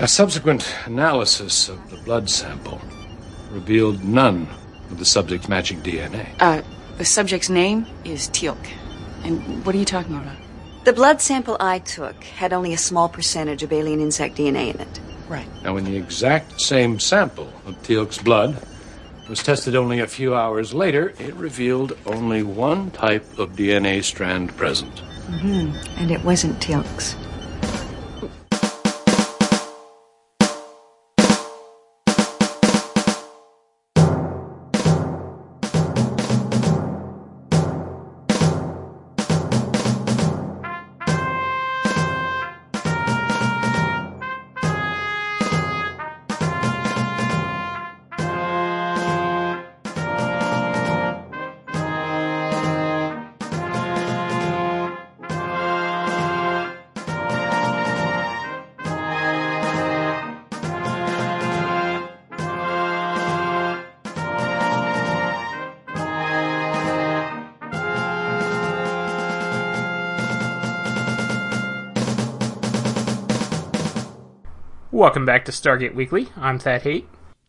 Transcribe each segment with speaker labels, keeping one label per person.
Speaker 1: A subsequent analysis of the blood sample revealed none of the subject's matching DNA.
Speaker 2: Uh, the subject's name is Teal'c. And what are you talking about?
Speaker 3: The blood sample I took had only a small percentage of alien insect DNA in it.
Speaker 2: Right.
Speaker 1: Now, when the exact same sample of Teal'c's blood was tested only a few hours later, it revealed only one type of DNA strand present.
Speaker 3: And it wasn't Teal'c's.
Speaker 4: Welcome back to Stargate Weekly. I'm Thad Haight,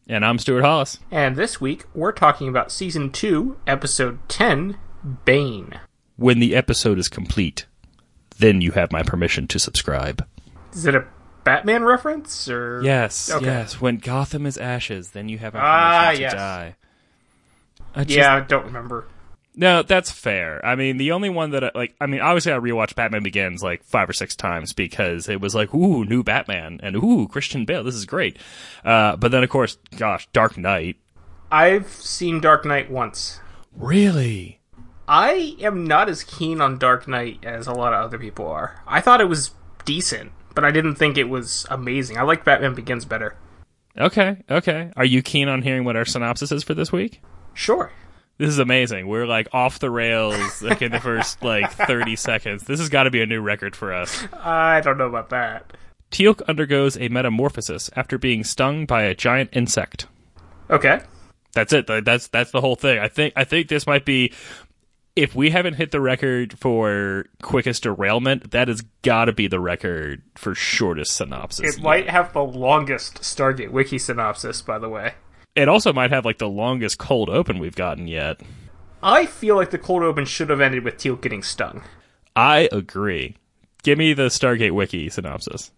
Speaker 5: And I'm Stuart Hollis.
Speaker 4: and this week we're talking about Season 2, Episode 10, Bane.
Speaker 5: When the episode is complete, then you have my permission to subscribe.
Speaker 4: Is it a Batman reference? or
Speaker 5: Yes,
Speaker 4: Okay.
Speaker 5: yes. When Gotham is ashes, then you have my permission
Speaker 4: Ah,
Speaker 5: to
Speaker 4: yes.
Speaker 5: die. I just-
Speaker 4: Yeah, I don't remember.
Speaker 5: No, that's fair. I mean, the only one that I, like, I mean, obviously I rewatched Batman Begins like five or six times because it was like, ooh, new Batman and ooh, Christian Bale, this is great. Uh, but then of course, gosh, Dark Knight.
Speaker 4: I've seen Dark Knight once.
Speaker 5: Really?
Speaker 4: I am not as keen on Dark Knight as a lot of other people are. I thought it was decent, but I didn't think it was amazing. I like Batman Begins better.
Speaker 5: Okay, okay. Are you keen on hearing what our synopsis is for this week?
Speaker 4: Sure.
Speaker 5: This is amazing. We're like off the rails like in the first like 30 seconds. This has got to be a new record for us.
Speaker 4: I don't know about that.
Speaker 5: Teal'c undergoes a metamorphosis after being stung by a giant insect.
Speaker 4: Okay.
Speaker 5: That's it. Th- That's that's the whole thing. I think I think this might be if we haven't hit the record for quickest derailment, that has got to be the record for shortest synopsis.
Speaker 4: It might have the longest Stargate Wiki synopsis, by the way.
Speaker 5: It also might have like the longest cold open we've gotten yet.
Speaker 4: I feel like the cold open should have ended with Teal getting stung.
Speaker 5: I agree. Give me the Stargate Wiki synopsis.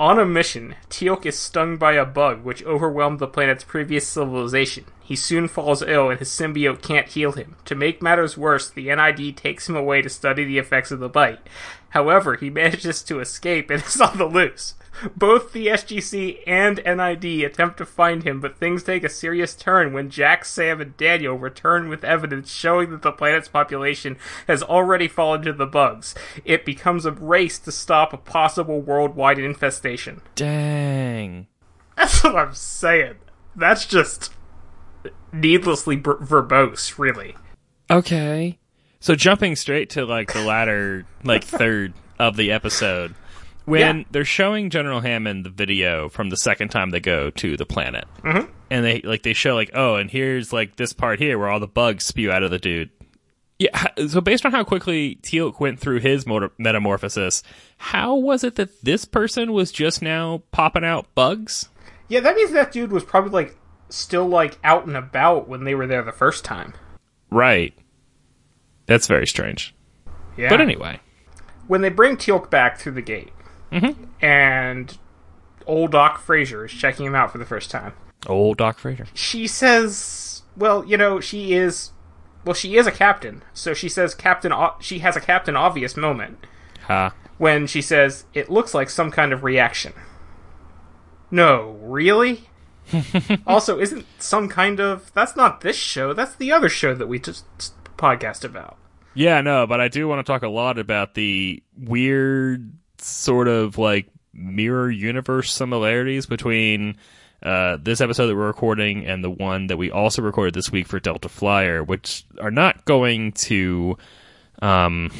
Speaker 4: On a mission, Teal'c is stung by a bug which overwhelmed the planet's previous civilization. He soon falls ill and his symbiote can't heal him. To make matters worse, the NID takes him away to study the effects of the bite. However, he manages to escape and is on the loose. Both the SGC and NID attempt to find him, but things take a serious turn when Jack, Sam, and Daniel return with evidence showing that the planet's population has already fallen to the bugs. It becomes a race to stop a possible worldwide infestation.
Speaker 5: Dang.
Speaker 4: That's what I'm saying. That's just needlessly b- verbose, really.
Speaker 5: Okay. So jumping straight to like the latter, like third of the episode, when
Speaker 4: Yeah.
Speaker 5: they're showing General Hammond the video from the second time they go to the planet, mm-hmm. and they like they show like oh, and here's like this part here where all the bugs spew out of the dude. Yeah. h- So based on how quickly Teal'c went through his motor- metamorphosis, how was it that this person was just now popping out bugs?
Speaker 4: Yeah, that means that dude was probably like still like out and about when they were there the first time.
Speaker 5: Right. That's very strange.
Speaker 4: Yeah.
Speaker 5: But anyway.
Speaker 4: when they bring Teal'c back through the gate, and old Doc Fraser is checking him out for the first time,
Speaker 5: Old Doc Frater.
Speaker 4: she says, "Well, you know, she is, well, she is a captain, so she says captain. o- She has a captain obvious moment
Speaker 5: Ha.
Speaker 4: when she says it looks like some kind of reaction. No, really." also, isn't some kind of that's not this show? That's the other show that we just podcast about.
Speaker 5: Yeah, no, but I do want to talk a lot about the weird sort of like mirror universe similarities between uh, this episode that we're recording and the one that we also recorded this week for Delta Flyer, which are not going to um,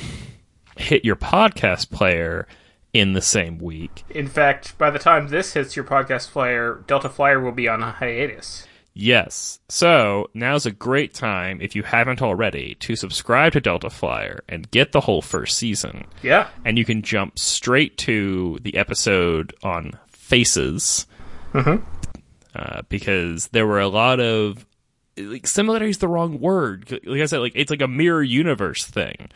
Speaker 5: hit your podcast player in the same week.
Speaker 4: In fact, by the time this hits your podcast flyer, Delta Flyer will be on a hiatus.
Speaker 5: Yes. So now's a great time, if you haven't already, to subscribe to Delta Flyer and get the whole first season.
Speaker 4: Yeah.
Speaker 5: and you can jump straight to the episode on faces. Uh, because there were a lot of like similarity is the wrong word. Like I said, like it's like a mirror universe thing.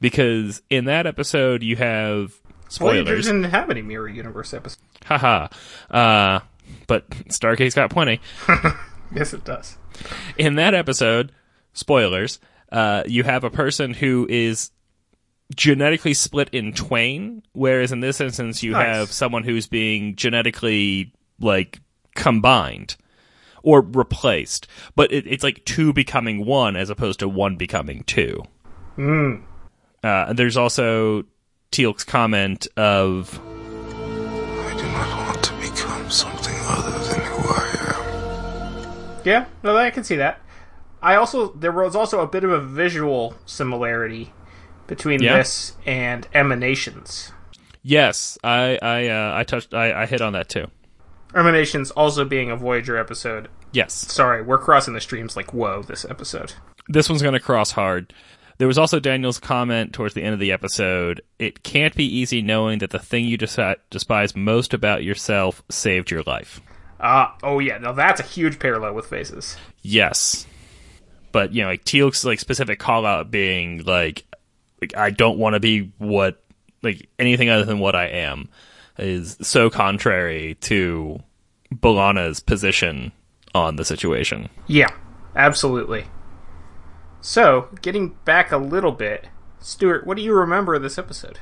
Speaker 5: Because in that episode, you have
Speaker 4: Voyager
Speaker 5: spoilers,
Speaker 4: didn't have any mirror universe episodes.
Speaker 5: haha. Uh, but Stargate's got plenty.
Speaker 4: Yes, it does.
Speaker 5: in that episode, spoilers, uh, you have a person who is genetically split in twain, whereas in this instance, you
Speaker 4: Nice.
Speaker 5: have someone who's being genetically like combined or replaced. But it, it's like two becoming one as opposed to one becoming two. Uh, there's also Teal'c's comment of
Speaker 6: I do not want to become something other than who I am.
Speaker 4: Yeah, no, I can see that. I also there was also a bit of a visual similarity between
Speaker 5: Yeah.
Speaker 4: this and emanations.
Speaker 5: yes, I I uh, I touched I, I hit on that too.
Speaker 4: Emanations also being a Voyager episode.
Speaker 5: Yes.
Speaker 4: Sorry, we're crossing the streams like whoa this episode.
Speaker 5: this one's going to cross hard. There was also Daniel's comment towards the end of the episode. It can't be easy knowing that the thing you desi- despise most about yourself saved your life.
Speaker 4: Ah, oh yeah, now that's a huge parallel with faces.
Speaker 5: Yes, but you know, like Teal'c's like specific call out being like, like I don't want to be what like anything other than what I am is so contrary to Bolana's position on the situation.
Speaker 4: Yeah, absolutely. So, getting back a little bit, Stuart, what do you remember of this episode?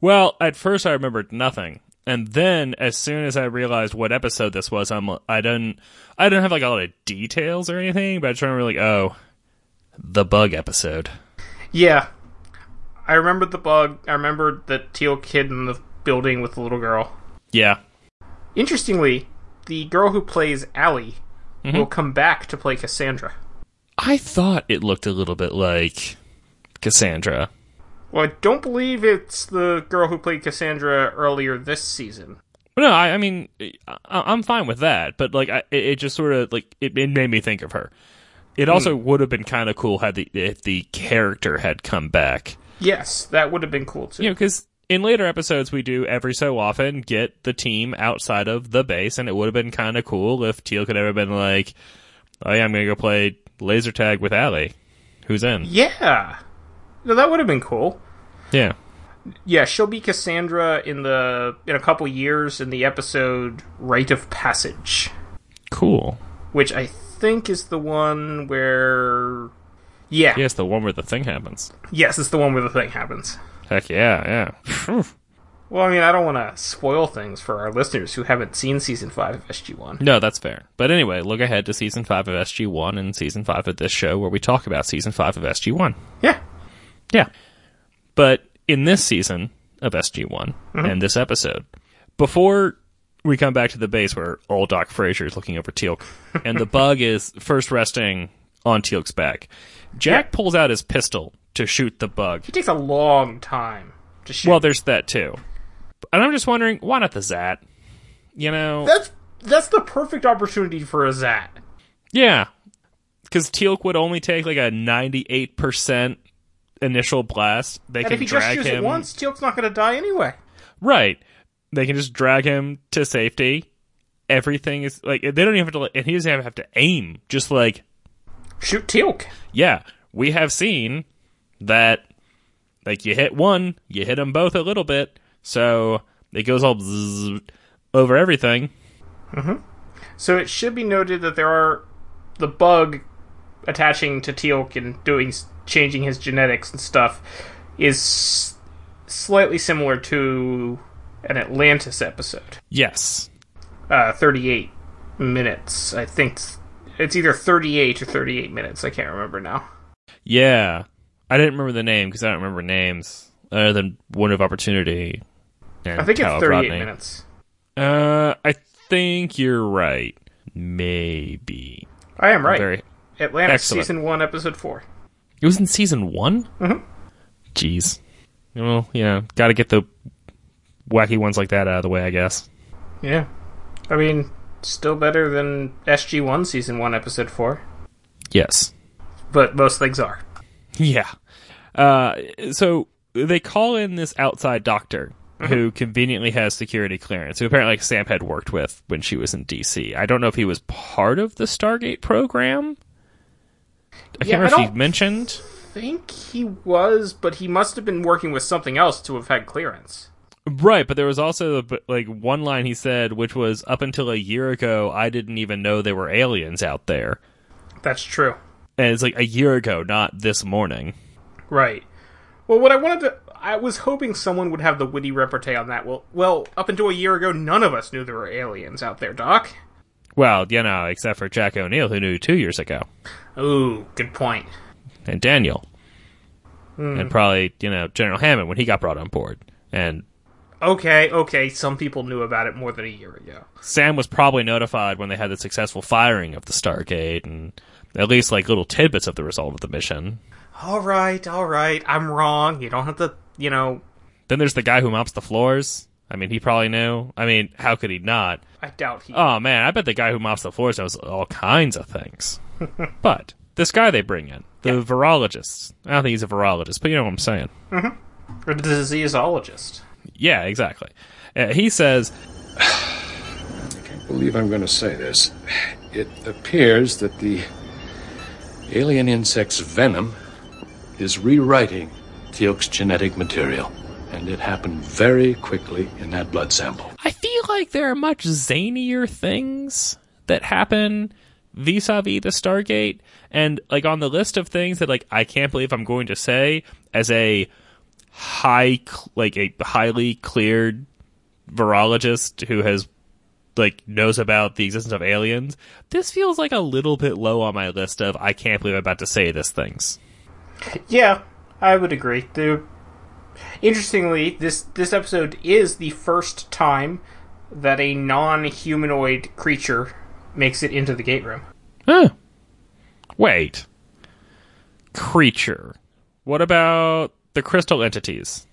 Speaker 5: Well, at first I remembered nothing, and then as soon as I realized what episode this was, I'm I don't I don't have like a lot of details or anything, but I just remember like oh, the bug episode.
Speaker 4: Yeah. I remembered the bug. I remembered the teal kid in the building with the little girl.
Speaker 5: Yeah,
Speaker 4: Interestingly, the girl who plays Allie will come back to play Cassandra.
Speaker 5: I thought it looked a little bit like Cassandra.
Speaker 4: Well, I don't believe it's the girl who played Cassandra earlier this season.
Speaker 5: But no, I, I mean I, I'm fine with that, but like I, it, it just sort of like it, it made me think of her. It also would have been kind of cool had the if the character had come back.
Speaker 4: Yes, that would have been cool too.
Speaker 5: you know because in later episodes we do every so often get the team outside of the base and it would have been kind of cool if teal could have been like oh yeah i'm gonna go play laser tag with Allie. who's in
Speaker 4: Yeah. No, that would have been cool.
Speaker 5: yeah
Speaker 4: Yeah, she'll be Cassandra in the in a couple years in the episode Rite of Passage,
Speaker 5: cool
Speaker 4: which I think is the one where yeah,
Speaker 5: yes the one where the thing happens
Speaker 4: yes, it's the one where the thing happens.
Speaker 5: heck yeah yeah
Speaker 4: Well, I mean, I don't want to spoil things for our listeners who haven't seen season 5 of SG1.
Speaker 5: no that's fair but anyway look ahead to season 5 of sg1 and season 5 of this show where we talk about season 5 of sg1
Speaker 4: Yeah.
Speaker 5: Yeah. But in this season of SG1
Speaker 4: Mm-hmm.
Speaker 5: and this episode, before we come back to the base where old Doc Frazier is looking over Teal'c, and the bug is first resting on Teal'c's back, Jack pulls out his pistol to shoot the bug.
Speaker 4: It takes a long time to shoot.
Speaker 5: Well, there's that too. And I'm just wondering, why not the Zat? You know?
Speaker 4: that's that's the perfect opportunity for a Zat.
Speaker 5: yeah. Because Teal'c would only take like a 98% initial blast. They
Speaker 4: And
Speaker 5: can
Speaker 4: if he just
Speaker 5: drag
Speaker 4: shoots
Speaker 5: him
Speaker 4: it once, Teal'c's not going to die anyway.
Speaker 5: Right. They can just drag him to safety. Everything is like they don't even have to like, and he doesn't even have to aim. Just like,
Speaker 4: Shoot Teal'c.
Speaker 5: yeah, we have seen that like you hit one, you hit them both a little bit, so it goes all zzz over everything.
Speaker 4: So it should be noted that there are the bug attaching to Teal'c and doing changing his genetics and stuff is s- slightly similar to an Atlantis episode.
Speaker 5: Yes.
Speaker 4: uh, 38 minutes. I think it's- it's either 38 or 38 minutes. I can't remember now.
Speaker 5: Yeah. I didn't remember the name because I don't remember names other than Window of Opportunity. And
Speaker 4: I think it's
Speaker 5: Tower of
Speaker 4: 38
Speaker 5: Oh, Rodney.
Speaker 4: minutes.
Speaker 5: Uh, I think you're right. Maybe.
Speaker 4: I am right.
Speaker 5: Very
Speaker 4: Atlantis
Speaker 5: Excellent.
Speaker 4: season 1 episode 4.
Speaker 5: It was in season one. Mm-hmm. Jeez. Well, yeah, got to get the wacky ones like that out of the way, I guess.
Speaker 4: Yeah. I mean, still better than SG1 season 1 episode 4,
Speaker 5: Yes.
Speaker 4: but most things are.
Speaker 5: Yeah. Uh, so they call in this outside doctor
Speaker 4: Mm-hmm.
Speaker 5: who conveniently has security clearance, who apparently like, Sam had worked with when she was in DC. I don't know if he was part of the Stargate program.
Speaker 4: Yeah, I
Speaker 5: I can't remember if
Speaker 4: don't-
Speaker 5: he mentioned.
Speaker 4: think he was, but he must have been working with something else to have had clearance.
Speaker 5: Right, but there was also but, like one line he said, which was up until a year ago, I didn't even know there were aliens out there,
Speaker 4: That's true.
Speaker 5: and it's like a year ago, not this morning.
Speaker 4: Right. Well, what I wanted to. I was hoping someone would have the witty repartee on that. Well, well, up until a year ago, none of us knew there were aliens out there, Doc.
Speaker 5: Well, you know, except for Jack O'Neill, who knew two years ago,
Speaker 4: Ooh, good point.
Speaker 5: and Daniel, and probably you know General Hammond when he got brought on board, and
Speaker 4: Okay, okay, some people knew about it more than a year ago.
Speaker 5: Sam was probably notified when they had the successful firing of the Stargate, and at least like little tidbits of the result of the mission.
Speaker 4: All right, all right, I'm wrong. You don't have to, you know.
Speaker 5: Then there's the guy who mops the floors. I mean, he probably knew. I mean, how could he not?
Speaker 4: I doubt he.
Speaker 5: Oh man, I bet the guy who mops the floors knows all kinds of things. but this guy they bring in, the virologist. I don't think he's a virologist, but you know what I'm saying.
Speaker 4: a diseaseologist.
Speaker 5: Yeah, exactly. Uh, he says,
Speaker 1: believe I'm going to say this. It appears that the alien insect's venom is rewriting Teal'c's genetic material, and it happened very quickly in that blood sample.
Speaker 5: I feel like there are much zanier things that happen vis-a-vis the Stargate, and like on the list of things that like I can't believe I'm going to say as a high cl- like a highly cleared virologist who has like knows about the existence of aliens. This feels like a little bit low on my list of I can't believe I'm about to say this things.
Speaker 4: Yeah, I would agree. The interestingly, this this episode is the first time that a non-humanoid creature makes it into the gate room.
Speaker 5: Huh. Wait. Creature. What about the crystal entities?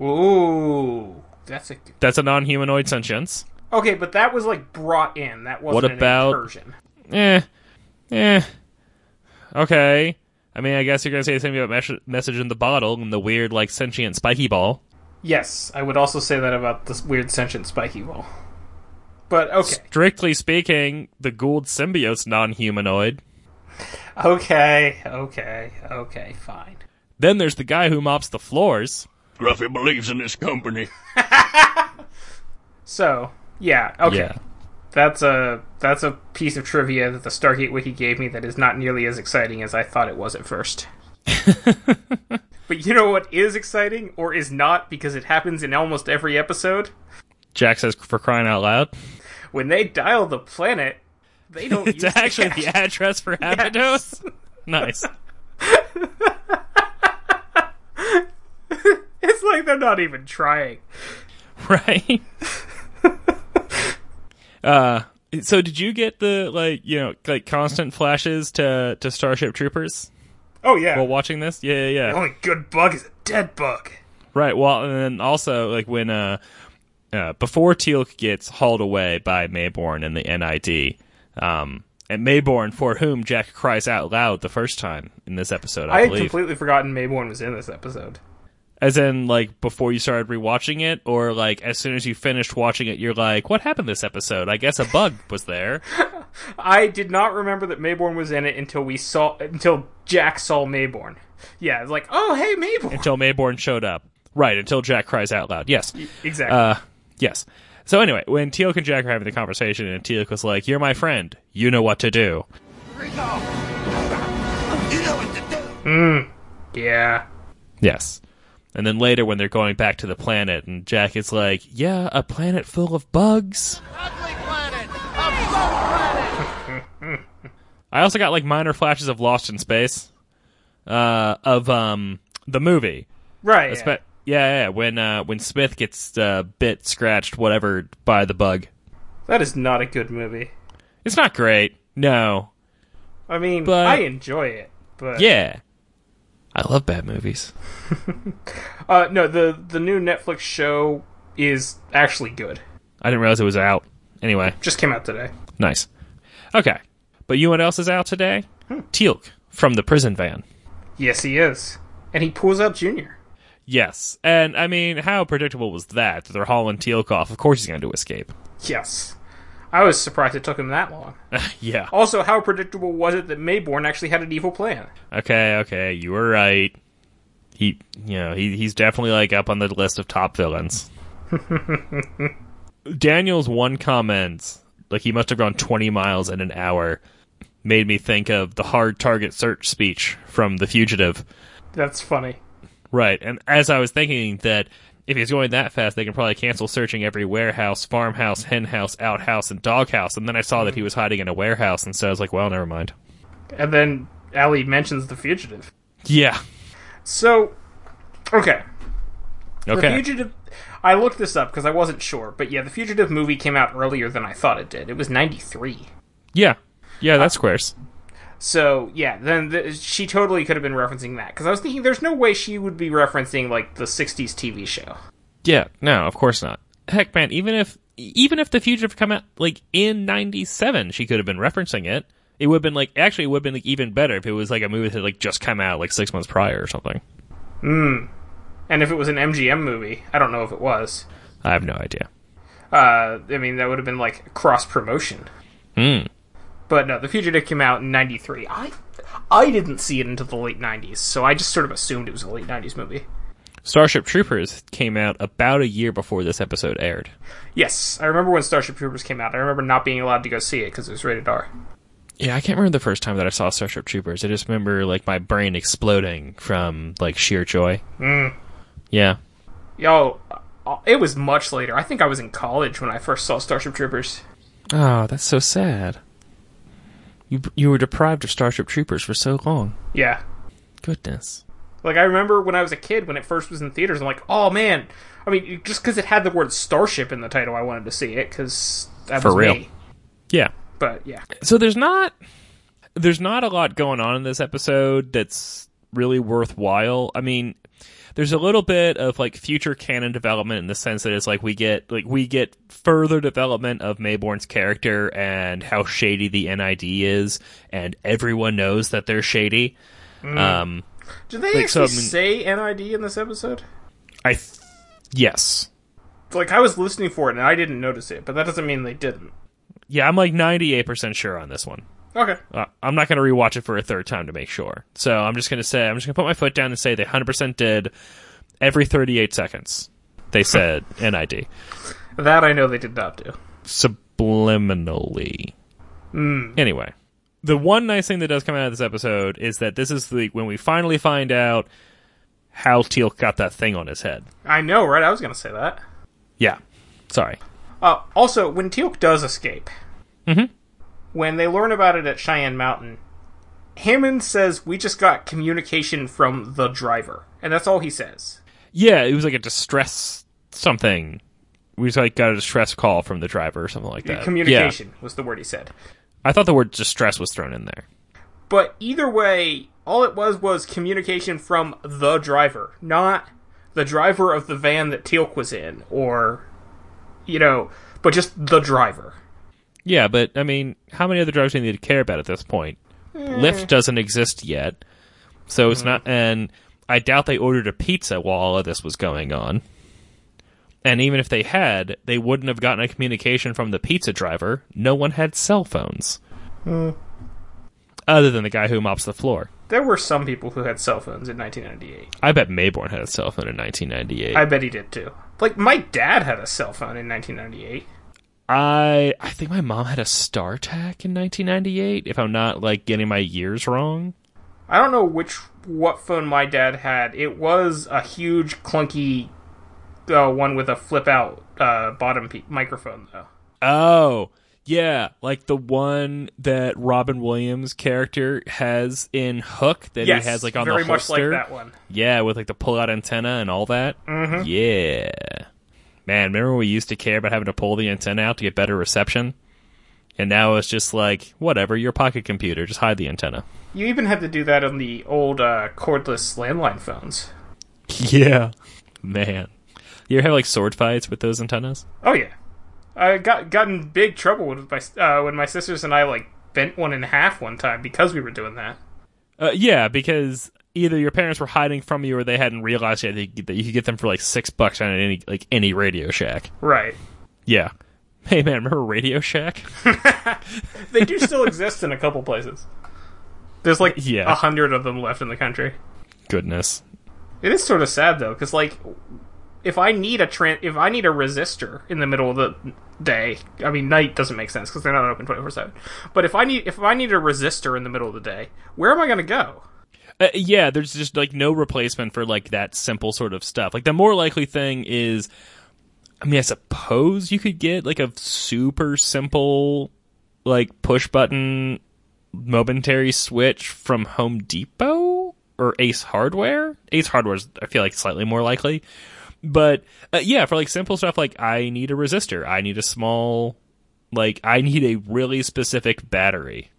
Speaker 4: Ooh, that's a good-
Speaker 5: That's a non humanoid sentience.
Speaker 4: okay, but that was like brought in. That wasn't
Speaker 5: What about-
Speaker 4: an incursion.
Speaker 5: Eh. Eh. Okay. I mean, I guess you're going to say the same thing about mes- Message in the Bottle and the weird, like, sentient spiky ball.
Speaker 4: Yes, I would also say that about this weird sentient spiky wall. But okay,
Speaker 5: Strictly speaking, the Gould symbiote's non humanoid.
Speaker 4: okay, okay, okay, fine.
Speaker 5: Then there's the guy who mops the floors.
Speaker 7: Gruffy believes in this company.
Speaker 4: So yeah, okay.
Speaker 5: Yeah.
Speaker 4: That's a that's a piece of trivia that the Stargate wiki gave me that is not nearly as exciting as I thought it was at first. but you know what is exciting or is not because it happens in almost every episode?
Speaker 5: Jack says for crying out loud.
Speaker 4: When they dial the planet, they don't
Speaker 5: It's
Speaker 4: use
Speaker 5: actually
Speaker 4: cash.
Speaker 5: the address for Abydos. Nice.
Speaker 4: It's like they're not even trying.
Speaker 5: right? uh, so did you get the like you know like constant flashes to to Starship Troopers
Speaker 4: Oh yeah.
Speaker 5: while watching this? Yeah, yeah,
Speaker 4: the
Speaker 5: yeah.
Speaker 4: only good bug is a dead bug.
Speaker 5: Right. Well, and then also like when uh, uh before Teal'c gets hauled away by Mayborn and the NID, um, and Mayborn for whom Jack cries out loud the first time in this episode, I,
Speaker 4: I had
Speaker 5: believe,
Speaker 4: completely forgotten Mayborn was in this episode.
Speaker 5: as in like before you started rewatching it, or like as soon as you finished watching it, you're like, what happened this episode? I guess a bug was there.
Speaker 4: I did not remember that Mayborn was in it until we saw until Jack saw Mayborn. Yeah, it's like, oh hey Mayborn.
Speaker 5: until Mayborn showed up. Right, until Jack cries out loud. Yes.
Speaker 4: Exactly.
Speaker 5: Uh, yes. So anyway, when Teal'c and Jack are having the conversation, and Teal'c was like, "You're my friend. You know what to do."
Speaker 4: yeah.
Speaker 5: Yes. And then later, when they're going back to the planet, and Jack is like, "Yeah, a planet full of bugs." I also got like minor flashes of Lost in Space, uh, of um the movie.
Speaker 4: Right. yeah.
Speaker 5: But yeah, yeah, yeah, when uh, when Smith gets uh, bit, scratched, whatever by the bug.
Speaker 4: that is not a good movie.
Speaker 5: It's not great. No.
Speaker 4: I mean,
Speaker 5: But-
Speaker 4: I enjoy it, but
Speaker 5: Yeah. I love bad movies.
Speaker 4: Uh, no, the the new Netflix show is actually good.
Speaker 5: I didn't realize it was out. Anyway,
Speaker 4: Just came out today.
Speaker 5: nice. Okay. But you know what else is out today? Teal'c from the prison van.
Speaker 4: Yes, he is, and he pulls out Junior.
Speaker 5: Yes. And I mean, how predictable was that? They're hauling Teal'c off. Of course he's going to escape.
Speaker 4: Yes. I was surprised it took him that long.
Speaker 5: Yeah.
Speaker 4: Also, how predictable was it that Mayborn actually had an evil plan?
Speaker 5: Okay, okay, you were right. He, you know, he he's definitely like up on the list of top villains. Daniel's one comment, like he must have gone 20 miles in an hour, made me think of the hard target search speech from The Fugitive.
Speaker 4: That's funny.
Speaker 5: Right, and as I was thinking that if he's going that fast, they can probably cancel searching every warehouse, farmhouse, hen house, outhouse, and doghouse. And then I saw that he was hiding in a warehouse, and so I was like, well, never mind.
Speaker 4: And then Allie mentions the fugitive.
Speaker 5: Yeah.
Speaker 4: So, okay. The
Speaker 5: Okay.
Speaker 4: fugitive. I looked this up because I wasn't sure, but yeah, the fugitive movie came out earlier than I thought it did. It was '93.
Speaker 5: Yeah. Yeah, that's squares.
Speaker 4: So yeah, then th- she totally could have been referencing that because I was thinking there's no way she would be referencing like the '60s TV show.
Speaker 5: Yeah, no, of course not. Heck, man, even if even if the fugitive come out like in '97, she could have been referencing it. It would have been like actually, it would have been like even better if it was like a movie that had, like just come out like six months prior or something.
Speaker 4: And if it was an MGM movie, I don't know if it was.
Speaker 5: I have no idea.
Speaker 4: Uh, I mean, that would have been like cross promotion.
Speaker 5: Hmm.
Speaker 4: But no, The Fugitive came out in '93. I I didn't see it until the late '90s, so I just sort of assumed it was a late '90s movie.
Speaker 5: Starship Troopers came out about a year before this episode aired.
Speaker 4: Yes, I remember when Starship Troopers came out. I remember not being allowed to go see it because it was rated R.
Speaker 5: Yeah, I can't remember the first time that I saw Starship Troopers. I just remember like my brain exploding from like sheer joy. Mm. Yeah.
Speaker 4: Yo, uh, it was much later. I think I was in college when I first saw Starship Troopers.
Speaker 5: Oh, that's so sad. You you were deprived of Starship Troopers for so long.
Speaker 4: Yeah,
Speaker 5: Goodness.
Speaker 4: Like I remember when I was a kid when it first was in theaters. I'm like, oh man. I mean, just because it had the word starship in the title, I wanted to see it because that
Speaker 5: For
Speaker 4: was
Speaker 5: real.
Speaker 4: me.
Speaker 5: Yeah.
Speaker 4: But yeah,
Speaker 5: So there's not there's not a lot going on in this episode that's really worthwhile. I mean, there's a little bit of like future canon development in the sense that it's like we get like we get further development of Mayborn's character and how shady the NID is, and everyone knows that they're shady. Um,
Speaker 4: did they
Speaker 5: Like, so,
Speaker 4: actually
Speaker 5: I mean-
Speaker 4: say NID in this episode?
Speaker 5: I th- yes,
Speaker 4: Like I was listening for it and I didn't notice it, but that doesn't mean they didn't.
Speaker 5: yeah, I'm like 98 percent sure on this one.
Speaker 4: Okay,
Speaker 5: Uh, I'm not going to rewatch it for a third time to make sure. So I'm just going to say, I'm just going to put my foot down and say they 100% did every 38 seconds. They said NID.
Speaker 4: that I know they did not do.
Speaker 5: Subliminally. Anyway, the one nice thing that does come out of this episode is that this is the when we finally find out how Teal got that thing on his head.
Speaker 4: I know, right? I was gonna say that.
Speaker 5: Yeah. Sorry.
Speaker 4: Uh, also, when Teal'c does escape,
Speaker 5: Mm-hmm.
Speaker 4: when they learn about it at Cheyenne Mountain, Hammond says, "We just got communication from the driver," and that's all he says.
Speaker 5: Yeah, it was like a distress something. We just like got a distress call from the driver or something like that. Yeah.
Speaker 4: Communication was the word he said.
Speaker 5: I thought the word distress was thrown in there.
Speaker 4: But either way, all it was was communication from the driver, not the driver of the van that Teal'c was in, or you know, but just the driver.
Speaker 5: Yeah, but I mean, how many other drivers do you need to care about at this point? Lyft doesn't exist yet, so it's not. And I doubt they ordered a pizza while all of this was going on. And even if they had, they wouldn't have gotten a communication from the pizza driver. No one had cell phones, other than the guy who mops the floor.
Speaker 4: There were some people who had cell phones in 1998.
Speaker 5: I bet Mayborn had a cell phone in 1998.
Speaker 4: I bet he did too. Like my dad had a cell phone in 1998.
Speaker 5: I I think my mom had a StarTAC in 1998. If I'm not like getting my years wrong.
Speaker 4: I don't know which what phone my dad had. It was a huge clunky uh, one with a flip out uh, bottom pe- microphone though.
Speaker 5: Oh, yeah, like the one that Robin Williams character has in Hook that
Speaker 4: yes,
Speaker 5: he has like on
Speaker 4: very
Speaker 5: the
Speaker 4: much
Speaker 5: holster.
Speaker 4: like that one.
Speaker 5: Yeah, with like the pull-out antenna and all that. Mm-hmm. Yeah, man, remember when we used to care about having to pull the antenna out to get better reception, and now it's just like whatever your pocket computer, just hide the antenna.
Speaker 4: You even had to do that on the old uh, cordless landline phones.
Speaker 5: Yeah, man, you ever have like sword fights with those antennas?
Speaker 4: Oh yeah, I got got in big trouble with my uh, when my sisters and I like bent one in half one time because we were doing that.
Speaker 5: Uh, yeah, because either your parents were hiding from you or they hadn't realized yet that you could- that you could get them for like six bucks on any like any Radio Shack.
Speaker 4: Right.
Speaker 5: Yeah. Hey man, remember Radio Shack?
Speaker 4: They do still exist in a couple places. There's like
Speaker 5: Yeah.
Speaker 4: a hundred of them left in the country.
Speaker 5: Goodness.
Speaker 4: It is sort of sad though, because like, if I need a tran- if I need a resistor in the middle of the day, I mean night doesn't make sense because they're not open twenty four seven. But if I need if I need a resistor in the middle of the day, where am I going to go?
Speaker 5: Uh, yeah, there's just like no replacement for like that simple sort of stuff. Like the more likely thing is, I mean, I suppose you could get like a super simple, like push button, momentary switch from Home Depot or Ace Hardware. Ace Hardware's I feel like slightly more likely, but uh, yeah, for like simple stuff like I need a resistor, I need a small, like I need a really specific battery.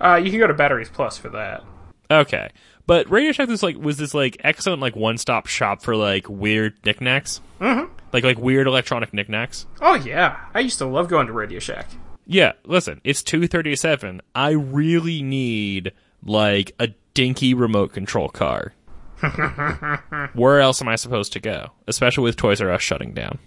Speaker 4: Uh, you can go to Batteries Plus for that.
Speaker 5: Okay. But Radio Shack was like was this like excellent like one stop shop for like weird knickknacks. Mm-hmm. Like like weird electronic knickknacks.
Speaker 4: Oh yeah, I used to love going to Radio Shack.
Speaker 5: Yeah, listen, it's two thirty seven. I really need like a dinky remote control car. Where else am I supposed to go? Especially with Toys R Us shutting down.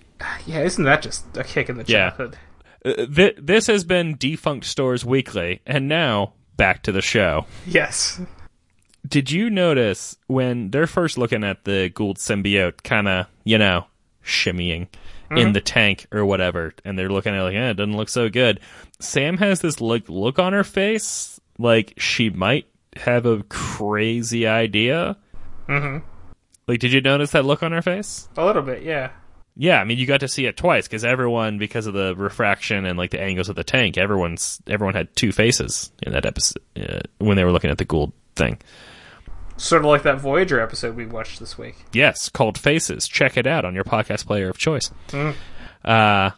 Speaker 4: Yeah, isn't that just a kick in the
Speaker 5: Yeah.
Speaker 4: childhood?
Speaker 5: Uh, Th- this has been Defunct Stores Weekly, and now back to the show.
Speaker 4: Yes.
Speaker 5: Did you notice when they're first looking at the Gould symbiote, kind of, you know, shimmying in the tank or whatever, and they're looking at it like, eh, it doesn't look so good. Sam has this like look on her face, like she might have a crazy idea. Mm-hmm. Like, did you notice that look on her face?
Speaker 4: A little bit, yeah.
Speaker 5: Yeah, I mean, you got to see it twice because everyone, because of the refraction and like the angles of the tank, everyone's everyone had two faces in that episode uh, when they were looking at the Gould thing.
Speaker 4: Sort of like that Voyager episode we watched this week.
Speaker 5: Yes, called Faces. Check it out on your podcast player of choice. Uh,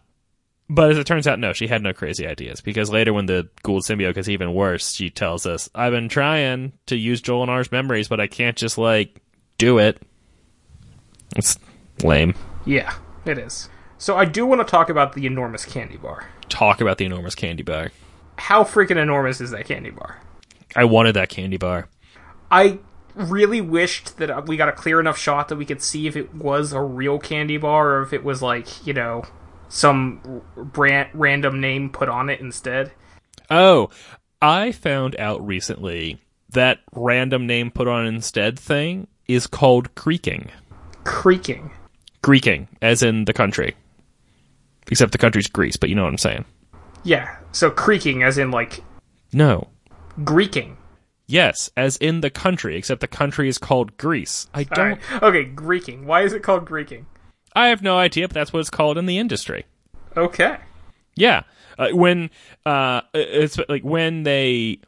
Speaker 5: but as it turns out, no, she had no crazy ideas because later, when the Gould symbiote is even worse, she tells us, "I've been trying to use Joel and R's memories, but I can't just like do it." It's lame.
Speaker 4: Yeah, it is. So I do want to talk about the enormous candy bar.
Speaker 5: Talk about the enormous candy bar.
Speaker 4: How freaking enormous is that candy bar?
Speaker 5: I wanted that candy bar.
Speaker 4: I really wished that uh, we got a clear enough shot that we could see if it was a real candy bar or if it was like, you know, some r- brand random name put on it instead.
Speaker 5: Oh, I found out recently that random name put on instead thing is called creaking.
Speaker 4: Creaking.
Speaker 5: Greeking, as in the country. Except the country's Greece, but you know what I'm saying.
Speaker 4: Yeah, so creaking as in like
Speaker 5: No.
Speaker 4: greeking.
Speaker 5: Yes, as in the country, except the country is called Greece. I don't.
Speaker 4: Alright. Okay, greeking. Why is it called greeking?
Speaker 5: I have no idea, but that's what it's called in the industry.
Speaker 4: Okay.
Speaker 5: Yeah, uh, when uh, it's like when they,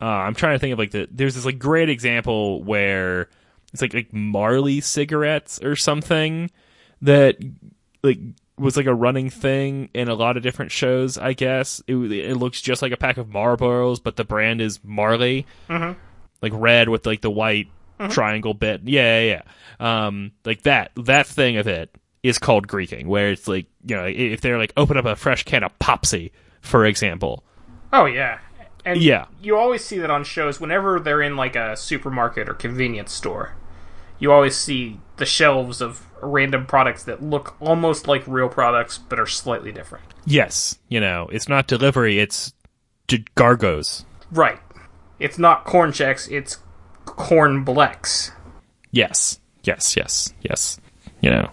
Speaker 5: uh, I'm trying to think of like the there's this like great example where it's like like Marley cigarettes or something that like was like a running thing in a lot of different shows. I guess it it looks just like a pack of Marlboros, but the brand is Marley, like red with like the white triangle bit. Yeah, yeah, yeah. Um, like that that thing of it is called Greeking, where it's like you know if they're like open up a fresh can of Popsy, for example.
Speaker 4: Oh yeah. And
Speaker 5: Yeah.
Speaker 4: you always see that on shows whenever they're in like a supermarket or convenience store. You always see the shelves of random products that look almost like real products but are slightly different.
Speaker 5: Yes, you know it's not delivery, it's d- gargos.
Speaker 4: Right. It's not corn checks, it's corn blex.
Speaker 5: Yes, yes, yes, yes. You know,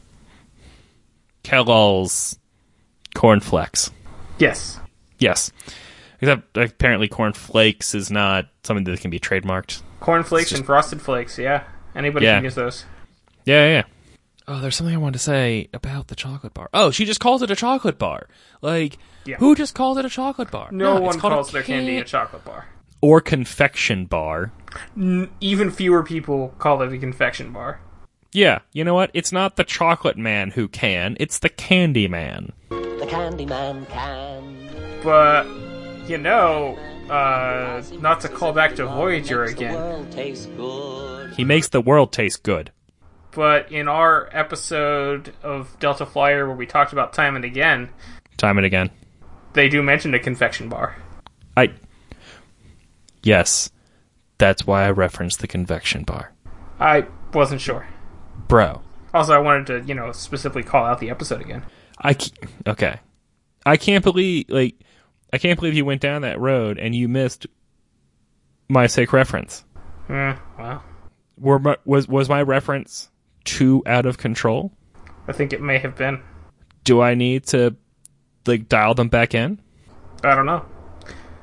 Speaker 5: Kellogg's cornflakes.
Speaker 4: Yes.
Speaker 5: Yes. Except apparently corn flakes is not something that can be trademarked.
Speaker 4: Corn flakes and frosted flakes, yeah. Anybody
Speaker 5: Yeah.
Speaker 4: can use those.
Speaker 5: Yeah, yeah, yeah. Oh, there's something I wanted to say about the chocolate bar. Oh, she just calls it a chocolate bar. Like, who just calls it a chocolate bar?
Speaker 4: No
Speaker 5: it's
Speaker 4: one
Speaker 5: called a
Speaker 4: calls their candy a
Speaker 5: can-
Speaker 4: chocolate bar.
Speaker 5: or confection bar.
Speaker 4: Even fewer people call it a confection bar.
Speaker 5: Yeah, you know what? It's not the chocolate man who can. It's the candy man.
Speaker 8: The Candyman can.
Speaker 4: But you know, uh, not to call back to Voyager
Speaker 8: Makes the
Speaker 4: again,
Speaker 8: world taste good.
Speaker 5: He makes the world taste good.
Speaker 4: but in our episode of Delta Flyer where we talked about time and again,
Speaker 5: Time and again.
Speaker 4: they do mention a confection bar.
Speaker 5: I. Yes, that's why I referenced the convection bar.
Speaker 4: I wasn't sure.
Speaker 5: bro.
Speaker 4: Also, I wanted to, you know, specifically call out the episode again.
Speaker 5: I ca- okay. I can't believe like I can't believe you went down that road and you missed my sick reference.
Speaker 4: Mm, well,
Speaker 5: Were my, was was my reference too out of control?
Speaker 4: I think it may have been.
Speaker 5: Do I need to like dial them back in?
Speaker 4: I don't know.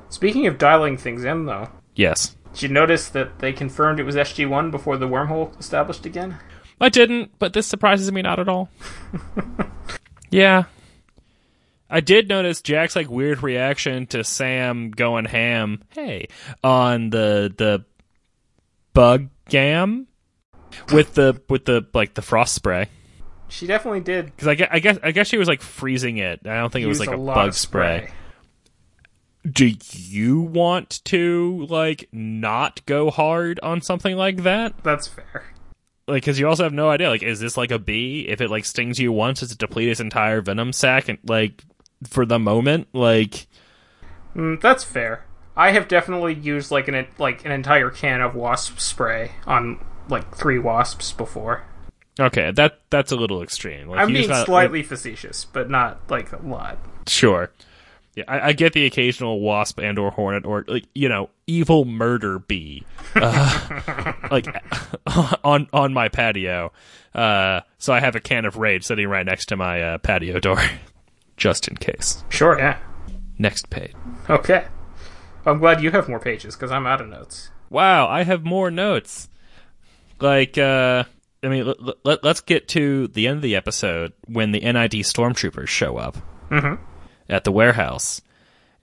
Speaker 4: Speaking of dialing things in, though,
Speaker 5: Yes.
Speaker 4: did you notice that they confirmed it was SG1 before the wormhole established again?
Speaker 5: I didn't, but this surprises me not at all. yeah. I did notice Jack's like weird reaction to Sam going ham, hey, on the the bug gam with the with the like the frost spray.
Speaker 4: She definitely did.
Speaker 5: Cuz I guess, I guess I guess she was like freezing it. I don't think it was
Speaker 4: use
Speaker 5: like a,
Speaker 4: lot
Speaker 5: bug
Speaker 4: of
Speaker 5: spray. Do you want to like not go hard on something like that?
Speaker 4: That's fair.
Speaker 5: like because you also have no idea like is this like a bee if it like stings you once does it deplete its entire venom sac and like for the moment like
Speaker 4: Mm, that's fair. I have definitely used like an like an entire can of wasp spray on like three wasps before.
Speaker 5: okay that that's a little extreme like,
Speaker 4: I'm
Speaker 5: you just
Speaker 4: being
Speaker 5: not-
Speaker 4: slightly facetious, but not like a lot.
Speaker 5: sure yeah I, I get the occasional wasp and or hornet or like you know evil murder bee uh, like on on my patio uh so i have a can of rage sitting right next to my uh, patio door just in case
Speaker 4: Sure, yeah.
Speaker 5: next page
Speaker 4: Okay. I'm glad you have more pages because I'm out of notes.
Speaker 5: wow i have more notes like uh i mean l- l- let's get to the end of the episode when the nid stormtroopers show up
Speaker 4: Mm-hmm.
Speaker 5: at the warehouse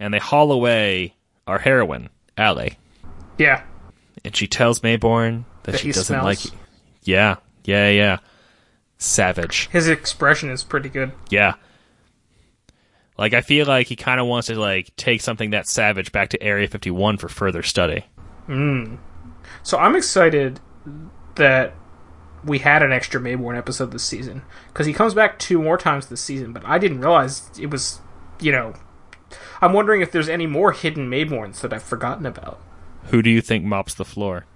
Speaker 5: and they haul away our heroine Allie.
Speaker 4: Yeah.
Speaker 5: and she tells mayborn that,
Speaker 4: That
Speaker 5: she
Speaker 4: he
Speaker 5: doesn't
Speaker 4: smells.
Speaker 5: like yeah yeah yeah savage
Speaker 4: His expression is pretty good.
Speaker 5: yeah like i feel like he kind of wants to like take something that savage back to area 51 for further study
Speaker 4: So I'm excited that we had an extra Mayborn episode this season because he comes back two more times this season. But I didn't realize it was, you know, I'm wondering if there's any more hidden Mayborns that I've forgotten about.
Speaker 5: who do you think mops the floor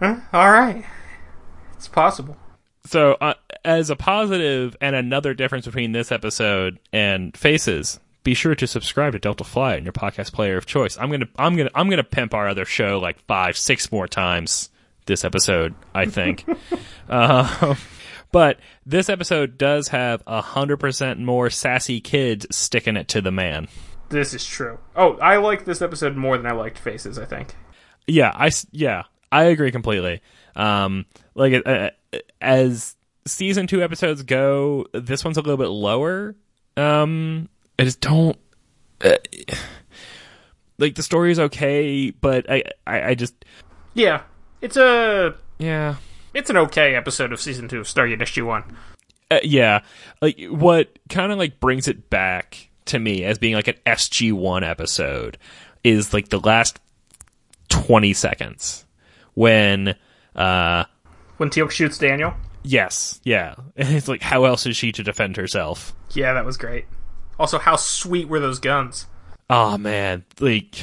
Speaker 4: All right, it's possible.
Speaker 5: so uh, as a positive and another difference between this episode and faces be sure to subscribe to delta fly in your podcast player of choice i'm gonna i'm gonna i'm gonna pimp our other show like five six more times this episode i think um, but this episode does have a hundred percent more sassy kids sticking it to the man
Speaker 4: This is true. Oh, I like this episode more than I liked Faces. I think.
Speaker 5: yeah i s- yeah i agree completely um like uh, as season two episodes go this one's a little bit lower um i just don't uh, like the story is okay but I, I i just
Speaker 4: Yeah, it's a
Speaker 5: yeah
Speaker 4: it's an okay episode of season two of Stargate SG One.
Speaker 5: uh, yeah like what kind of like brings it back to me as being like an sg1 episode is like the last 20 seconds when uh
Speaker 4: When Teal'c shoots Daniel.
Speaker 5: Yes, yeah. And it's like, how else is she to defend herself?
Speaker 4: Yeah, that was great. Also, how sweet were those guns?
Speaker 5: Oh man, like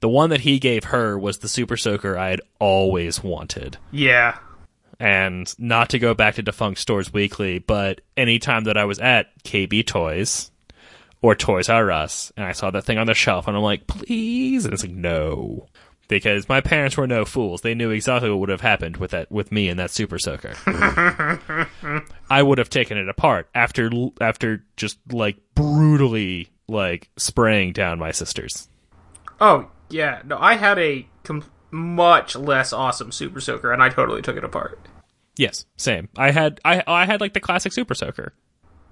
Speaker 5: the one that he gave her was the super soaker I had always wanted.
Speaker 4: Yeah,
Speaker 5: And not to go back to defunct stores weekly, but any time that I was at KB Toys or Toys R Us and I saw that thing on the shelf and I'm like, please, and it's like no. Because my parents were no fools. They knew exactly what would have happened with that with me and that super soaker. I would have taken it apart after after just like brutally like spraying down my sisters.
Speaker 4: Oh yeah, no, I had a com- much less awesome Super Soaker, and I totally took it apart.
Speaker 5: Yes, same. I had I I had like the classic super soaker.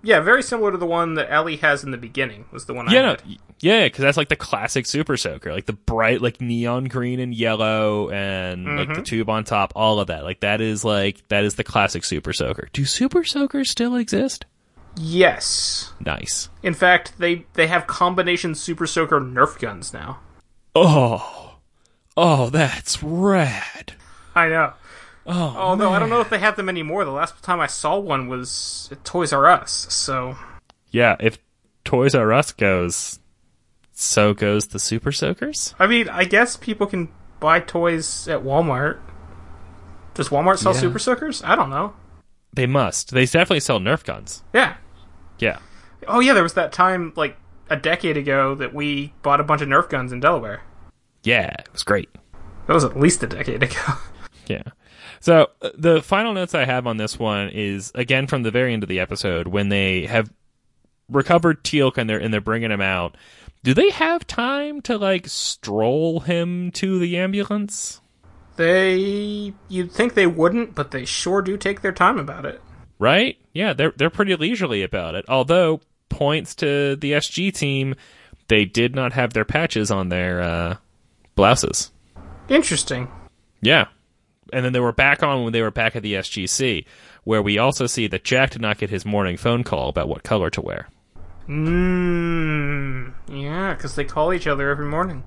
Speaker 4: Yeah, very similar to the one that Ellie has in the beginning was the one I
Speaker 5: Yeah, no,
Speaker 4: had.
Speaker 5: y- yeah, because that's like the classic super soaker, like the bright like neon green and yellow and like the tube on top, all of that. Like that is like that is the classic super soaker. Do super soakers still exist?
Speaker 4: Yes,
Speaker 5: Nice.
Speaker 4: in fact, they they have combination Super Soaker Nerf guns now.
Speaker 5: Oh. Oh, that's rad.
Speaker 4: I know. Oh, Although I don't know if they have them anymore. The last time I saw one was at Toys R Us. So
Speaker 5: Yeah, if Toys R Us goes, so goes the Super Soakers.
Speaker 4: I mean, I guess people can buy toys at Walmart. Does Walmart sell
Speaker 5: Yeah.
Speaker 4: Super Soakers? I don't know.
Speaker 5: They must. They definitely sell Nerf guns.
Speaker 4: Yeah.
Speaker 5: Yeah.
Speaker 4: Oh yeah, there was that time like a decade ago that we bought a bunch of Nerf guns in Delaware.
Speaker 5: Yeah, it was great.
Speaker 4: That was at least a decade ago.
Speaker 5: Yeah. So uh, the final notes I have on this one is again from the very end of the episode when they have recovered Teal'c and they're and they're bringing him out. Do they have time to like stroll him to the ambulance?
Speaker 4: They, you'd think they wouldn't, but they sure do take their time about it.
Speaker 5: Right? Yeah, they're they're pretty leisurely about it. Although points to the SG team, they did not have their patches on their uh, blouses.
Speaker 4: Interesting.
Speaker 5: Yeah. And then they were back on when they were back at the SGC, where we also see that Jack did not get his morning phone call about what color to wear.
Speaker 4: Mmm. Yeah, because they call each other every morning.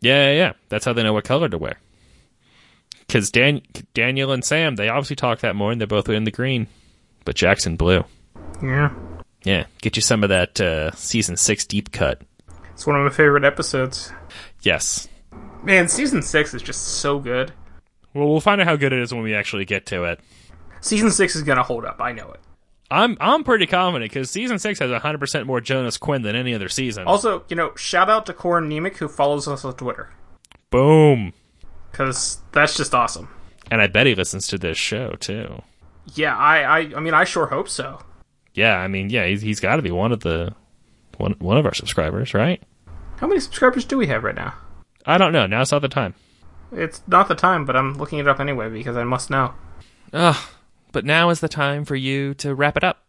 Speaker 5: Yeah, yeah, yeah. That's how they know what color to wear. Because Dan- Daniel and Sam, they obviously talked that morning. They're both in the green, but Jack's in blue.
Speaker 4: Yeah.
Speaker 5: Yeah, get you some of that uh, season six deep cut.
Speaker 4: It's one of my favorite episodes.
Speaker 5: Yes.
Speaker 4: Man, season six is just so good.
Speaker 5: Well, we'll find out how good it is when we actually get to it.
Speaker 4: Season six is gonna hold up. I know it.
Speaker 5: I'm I'm pretty confident because season six has 100% more Jonas Quinn than any other season.
Speaker 4: Also, you know, shout out to Corin Nemec who follows us on Twitter
Speaker 5: Boom.
Speaker 4: because that's just awesome.
Speaker 5: And I bet he listens to this show too.
Speaker 4: Yeah, I, I, I mean, I sure hope so.
Speaker 5: Yeah, I mean, yeah, he's, he's got to be one of the one one of our subscribers, right?
Speaker 4: How many subscribers do we have right now?
Speaker 5: I don't know. Now's not the time.
Speaker 4: It's not the time, but I'm looking it up anyway because I must know.
Speaker 5: Ugh, but now is the time for you to wrap it up.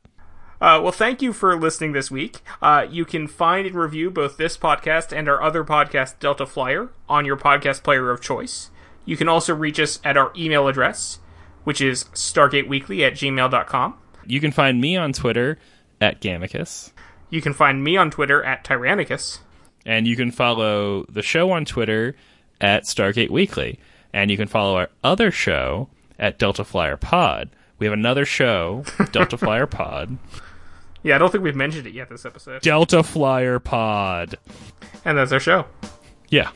Speaker 4: Uh, well, thank you for listening this week. Uh, you can find and review both this podcast and our other podcast, Delta Flyer, on your podcast player of choice. You can also reach us at our email address, which is stargateweekly at gmail.com.
Speaker 5: You can find me on Twitter at Gamicus,
Speaker 4: You can find me on Twitter at Tyrannicus.
Speaker 5: and you can follow the show on Twitter at Stargate Weekly, and you can follow our other show at Delta Flyer Pod. We have another show, Delta Flyer Pod.
Speaker 4: Yeah, I don't think we've mentioned it yet this episode.
Speaker 5: Delta Flyer Pod.
Speaker 4: And that's our show.
Speaker 5: Yeah.